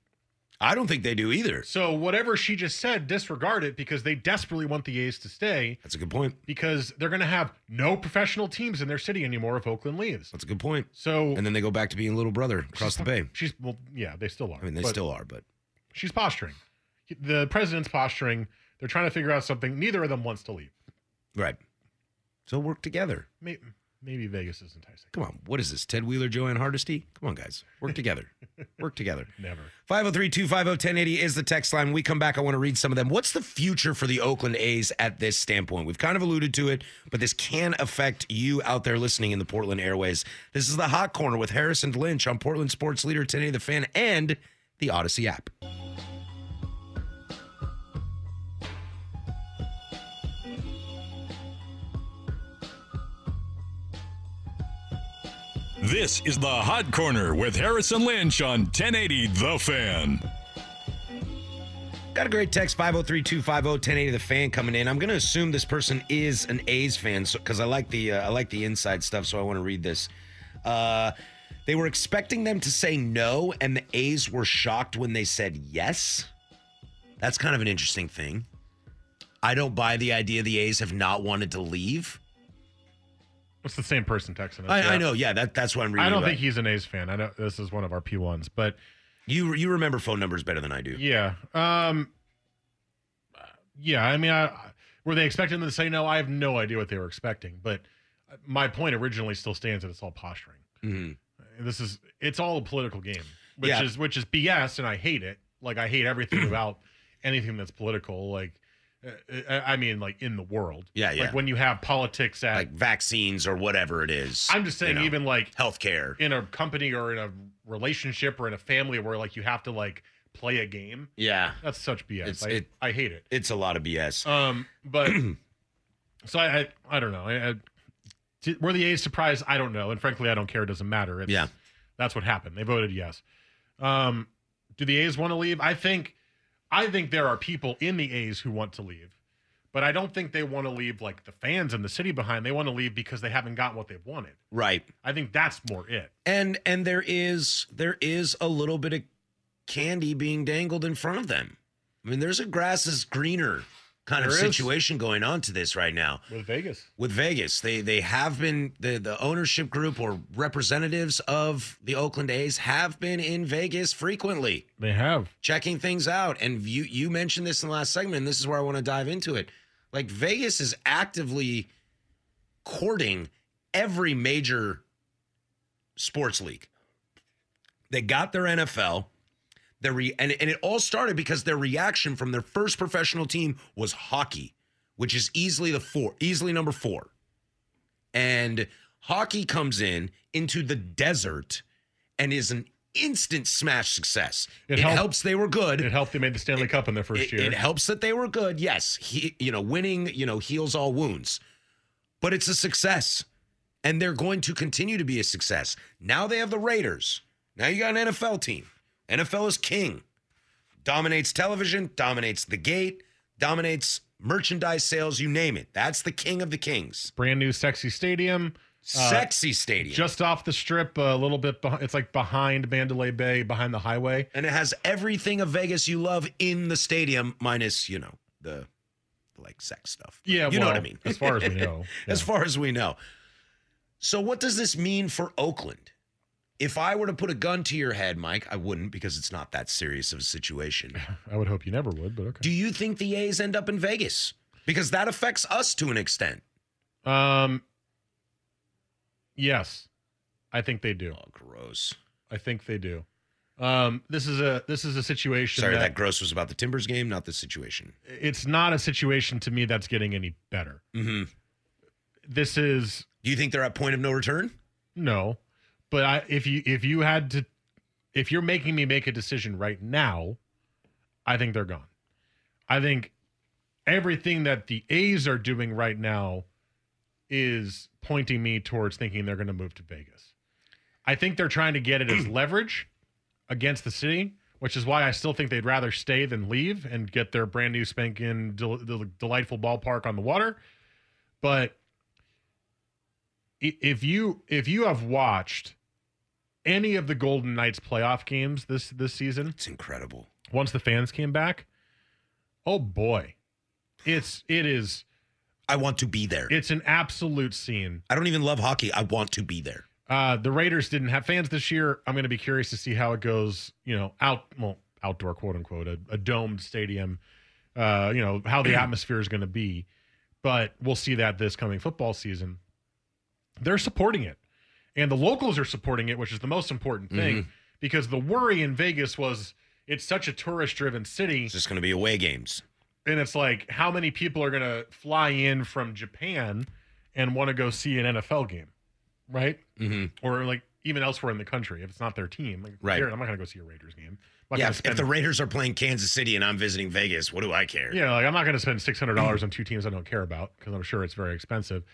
S2: I don't think they do either.
S1: So whatever she just said, disregard it because they desperately want the A's to stay
S2: That's a good point.
S1: because they're going to have no professional teams in their city anymore if Oakland leaves.
S2: That's a good point.
S1: So
S2: And then they go back to being little brother across the bay.
S1: she's well, yeah, they still are.
S2: I mean, they
S1: but
S2: still are, but
S1: she's posturing. The president's posturing. They're trying to figure out something. Neither of them wants to leave.
S2: right. So work together.
S1: Maybe, maybe Vegas is enticing.
S2: Come on, what is this? Ted Wheeler, Joanne Hardesty? Come on, guys. Work together. Work together.
S1: Never.
S2: 503 250 1080 is the text line. When we come back, I want to read some of them. What's the future for the Oakland A's at this standpoint? We've kind of alluded to it, but this can affect you out there listening in the Portland Airways. This is the Hot Corner with Harrison Lynch on Portland Sports Leader 1080 The Fan and the Odyssey app.
S4: This is the Hot Corner with Harrison Lynch on 1080 The Fan.
S2: Got a great text 503 250 1080 the fan coming in. I'm going to assume this person is an A's fan because I like the uh, I like the inside stuff so I want to read this. Uh They were expecting them to say no, and the A's were shocked when they said yes. That's kind of an interesting thing. I don't buy the idea the A's have not wanted to leave.
S1: It's the same person texting us.
S2: I, I
S1: yeah.
S2: know, yeah, that, that's what I'm reading.
S1: I don't
S2: about.
S1: think he's an A's fan. I know this is one of our P1s, but
S2: you you remember phone numbers better than I do.
S1: yeah. Um yeah, I mean I were they expecting them to say no? I have no idea what they were expecting, but my point originally still stands that it's all posturing.
S2: Mhm.
S1: This is it's all a political game, which
S2: Yeah.
S1: is which is BS and I hate it. Like I hate everything about anything that's political like uh, I I mean like in the world.
S2: Yeah, yeah.
S1: Like when you have politics at
S2: Like vaccines or whatever it is.
S1: I'm just
S2: you
S1: saying
S2: know,
S1: even like
S2: healthcare.
S1: in a company or in a relationship or in a family where like you have to like play a game.
S2: Yeah,
S1: That's such BS.
S2: It's-
S1: I,
S2: it-
S1: I hate it.
S2: it's a lot of BS.
S1: Um, but so I, I, I don't know. I, I, did- were the A's surprised? I don't know. And frankly, I don't care. It doesn't matter. It's,
S2: Yeah.
S1: that's what happened. They voted yes. Um, do the A's want to leave? I think, I think there are people in the A's who want to leave, but I don't think they want to leave like the fans and the city behind. They want to leave because they haven't gotten what they wanted.
S2: right.
S1: I think that's more it.
S2: and and there is there is a little bit of candy being dangled in front of them i mean there's a grass is greener kind of
S1: There is.
S2: situation going on to this right now
S1: With Vegas.
S2: with vegas they they have been the the ownership group or representatives of the oakland a's have been in vegas frequently
S1: They have.
S2: checking things out. And you you mentioned this in the last segment, and this is where I want to dive into it. Like Vegas is actively courting every major sports league. They got their NFL. Their re- and, and it all started because their reaction from their first professional team was hockey, which is easily the four, easily number four. And hockey comes in into the desert and is an instant smash success.
S1: It
S2: It,
S1: helped-
S2: helps they were good.
S1: It helped they made the Stanley Cup in their first
S2: It,
S1: year.
S2: it helps that they were good. Yes, he, you know, winning, you know, heals all wounds. But it's a success, and they're going to continue to be a success. Now they have the Raiders. Now you got an NFL team. NFL is king. Dominates television, dominates the gate, dominates merchandise sales. You name it. That's the king of the kings.
S1: Brand new sexy stadium. Uh,
S2: Sexy stadium.
S1: Just off the strip, a little bit. Behind, it's like behind Mandalay Bay, behind the highway.
S2: and it has everything of Vegas you love in the stadium, minus you know the like sex stuff. But
S1: Yeah,
S2: you know what I
S1: well,
S2: mean.
S1: as far as we know,
S2: as
S1: yeah.
S2: far as we know. So what does this mean for Oakland? If I were to put a gun to your head, Mike, I wouldn't because it's not that serious of a situation.
S1: I would hope you never would, but okay.
S2: Do you think the A's end up in Vegas? Because that affects us to an extent.
S1: Um, yes, I think they do.
S2: Oh, gross.
S1: I think they do. Um, this is a this is a situation.
S2: Sorry, that gross was about the Timbers game, not the situation.
S1: it's not a situation to me that's getting any better.
S2: hmm
S1: This is
S2: Do you think they're at point of no return?
S1: no, but I, if you if you had to, if you're making me make a decision right now, I think they're gone. I think everything that the A's are doing right now is pointing me towards thinking they're going to move to Vegas. I think they're trying to get it as leverage against the city, which is why I still think they'd rather stay than leave and get their brand new spanking del- del- delightful ballpark on the water. But i- if you if you have watched any of the Golden Knights playoff games this this season,
S2: It's incredible.
S1: once the fans came back, oh boy, it's it is
S2: I want to be there.
S1: it's an absolute scene.
S2: I don't even love hockey. I want to be there.
S1: Uh, the Raiders didn't have fans this year. I'm going to be curious to see how it goes. You know, out well outdoor quote unquote a, a domed stadium. Uh, you know how the atmosphere is going to be, but we'll see that this coming football season. They're supporting it, and the locals are supporting it, which is the most important thing because the worry in Vegas was it's such a tourist-driven city.
S2: It's just going to be away games.
S1: and it's like how many people are going to fly in from Japan and want to go see an NFL game, right?
S2: Mm-hmm.
S1: Or like even elsewhere in the country if it's not their team. Like,
S2: Right.
S1: here, I'm not going to go see a Raiders game. I'm not
S2: Yeah, if,
S1: gonna
S2: if
S1: spend,
S2: the Raiders are playing Kansas City and I'm visiting Vegas, what do I care?
S1: yeah, like I'm not going to spend six hundred dollars on two teams I don't care about because I'm sure it's very expensive.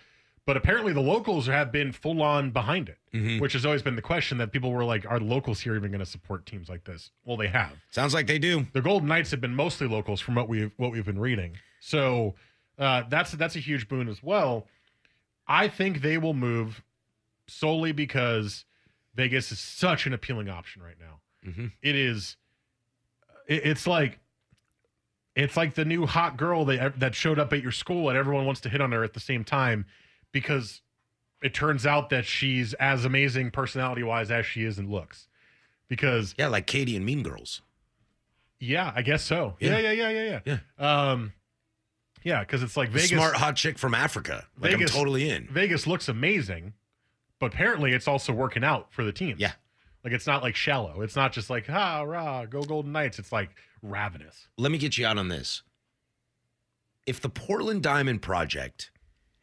S1: But apparently the locals have been full on behind it,
S2: Mm-hmm.
S1: which has always been the question that people were like, are the locals here even going to support teams like this? Well, they have.
S2: Sounds like they do.
S1: the Golden Knights have been mostly locals from what we've what we've been reading. So uh, that's that's a huge boon as well. I think they will move solely because Vegas is such an appealing option right now.
S2: Mhm.
S1: It is. It, it's like. It's like the new hot girl that that showed up at your school and everyone wants to hit on her at the same time, because it turns out that she's as amazing personality wise as she is in looks. Because
S2: Yeah, like Katie and Mean Girls.
S1: yeah, I guess so. Yeah, yeah,
S2: Yeah.
S1: yeah, yeah, yeah. Yeah. Um, yeah, because it's like
S2: The
S1: Vegas.
S2: Smart hot chick from Africa. Like
S1: Vegas-
S2: I'm totally in.
S1: Vegas looks amazing, but apparently it's also working out for the team.
S2: Yeah.
S1: Like it's not like shallow. It's not just like, ha, rah, go Golden Knights. It's like ravenous.
S2: Let me get you out on this. If the Portland Diamond Project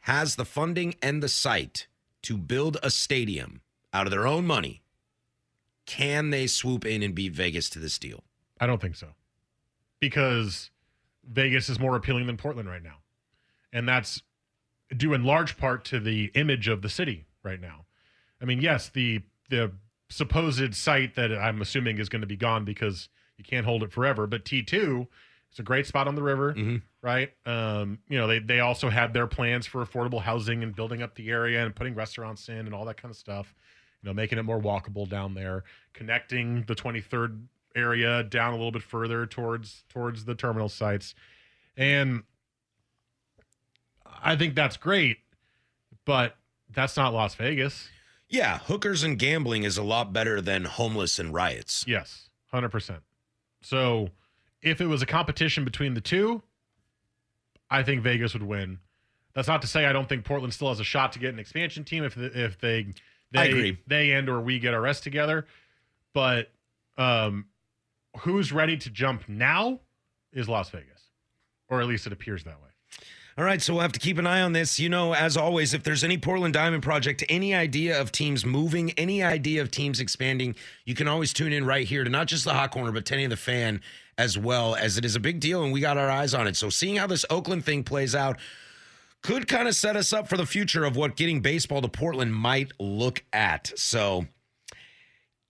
S2: has the funding and the site to build a stadium out of their own money, can they swoop in and beat Vegas to this deal?
S1: I don't think so. Because Vegas is more appealing than Portland right now. And that's due in large part to the image of the city right now. I mean, yes, the the supposed site that I'm assuming is going to be gone because you can't hold it forever, but T2 is a great spot on the river,
S2: Mhm.
S1: right? Um, you know, they they also had their plans for affordable housing and building up the area and putting restaurants in and all that kind of stuff. You know, making it more walkable down there, connecting the 23rd area down a little bit further towards towards the terminal sites. And I think that's great, but that's not Las Vegas.
S2: Yeah, hookers and gambling is a lot better than homeless and riots.
S1: Yes, 100%. So if it was a competition between the two, I think Vegas would win. That's not to say I don't think Portland still has a shot to get an expansion team if the, if they they
S2: I agree.
S1: they and or we get our rest together, but um who's ready to jump now is Las Vegas. Or at least it appears that way.
S2: All right, so we'll have to keep an eye on this. You know, as always, if there's any Portland Diamond project, any idea of teams moving, any idea of teams expanding, you can always tune in right here to not just the Hot Corner, but Tenny and the Fan as well, as it is a big deal and we got our eyes on it. So seeing how this Oakland thing plays out could kind of set us up for the future of what getting baseball to Portland might look at. So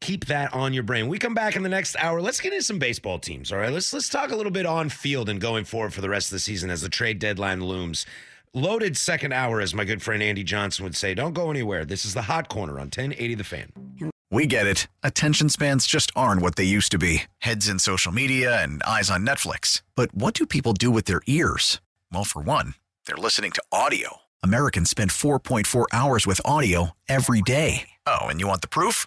S2: keep that on your brain. We come back in the next hour. Let's get into some baseball teams. All right. Let's let's talk a little bit on field and going forward for the rest of the season as the trade deadline looms. Loaded second hour, as my good friend Andy Johnson would say. Don't go anywhere. This is the hot corner on 1080 the fan.
S7: We get it. Attention spans just aren't what they used to be heads in social media and eyes on Netflix. But what do people do with their ears? Well, for one, they're listening to audio. Americans spend 4.4 hours with audio every day. Oh, and you want the proof?